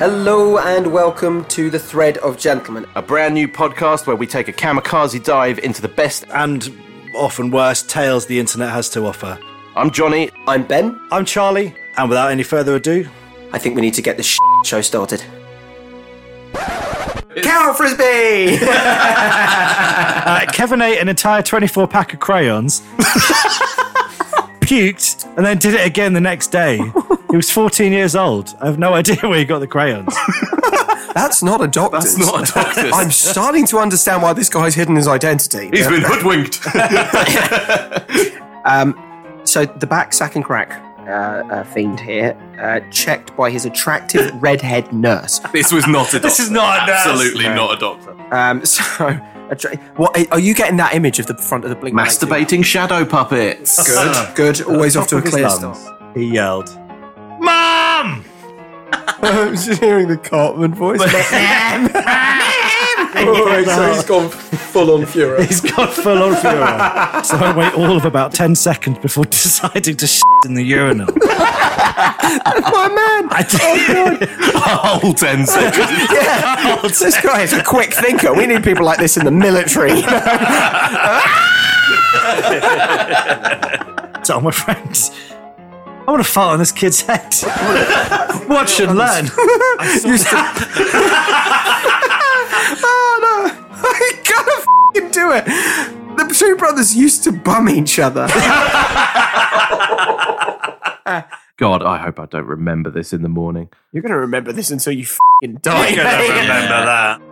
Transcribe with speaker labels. Speaker 1: Hello and welcome to The Thread of Gentlemen.
Speaker 2: a brand new podcast where we take a kamikaze dive into the best.
Speaker 3: and often worse tales the internet has to offer.
Speaker 2: I'm Johnny.
Speaker 1: I'm Ben.
Speaker 3: I'm Charlie, and without any further ado,
Speaker 1: I think we need to get this show started. Cow frisbee!
Speaker 3: uh, Kevin ate an entire 24 pack of crayons, puked, and then did it again the next day. He was 14 years old. I have no idea where he got the crayons.
Speaker 1: That's not a doctor.
Speaker 4: That's not a doctor.
Speaker 1: I'm starting to understand why this guy's hidden his identity.
Speaker 4: He's been hoodwinked.
Speaker 1: Um, So the back sack and crack uh, uh, fiend here, uh, checked by his attractive redhead nurse.
Speaker 4: this was not a doctor.
Speaker 3: This is not a nurse.
Speaker 4: absolutely not a doctor.
Speaker 1: Um, so, attra- what are you getting that image of the front of the blink?
Speaker 2: Masturbating shadow puppets.
Speaker 1: Good, good. Always off to a
Speaker 3: Uh, Top of his
Speaker 1: clear
Speaker 3: lungs,
Speaker 1: start.
Speaker 3: He yelled, Mom!
Speaker 1: I'm just hearing the Cartman voice. so he's gone full on fury.
Speaker 3: Oh, He's got full on furor. So I wait all of about 10 seconds before deciding to shit in the urinal.
Speaker 1: My Oh, man!
Speaker 3: I did.
Speaker 4: Whole ten seconds.
Speaker 1: This guy is a quick thinker. We need people like this in the military.
Speaker 3: tell my friends. I want to fart on this kid's head. Watch and learn.
Speaker 1: oh no! I gotta f***ing do it! The two brothers used to bum each other.
Speaker 2: God, I hope I don't remember this in the morning.
Speaker 1: You're gonna remember this until you f***ing die.
Speaker 3: that.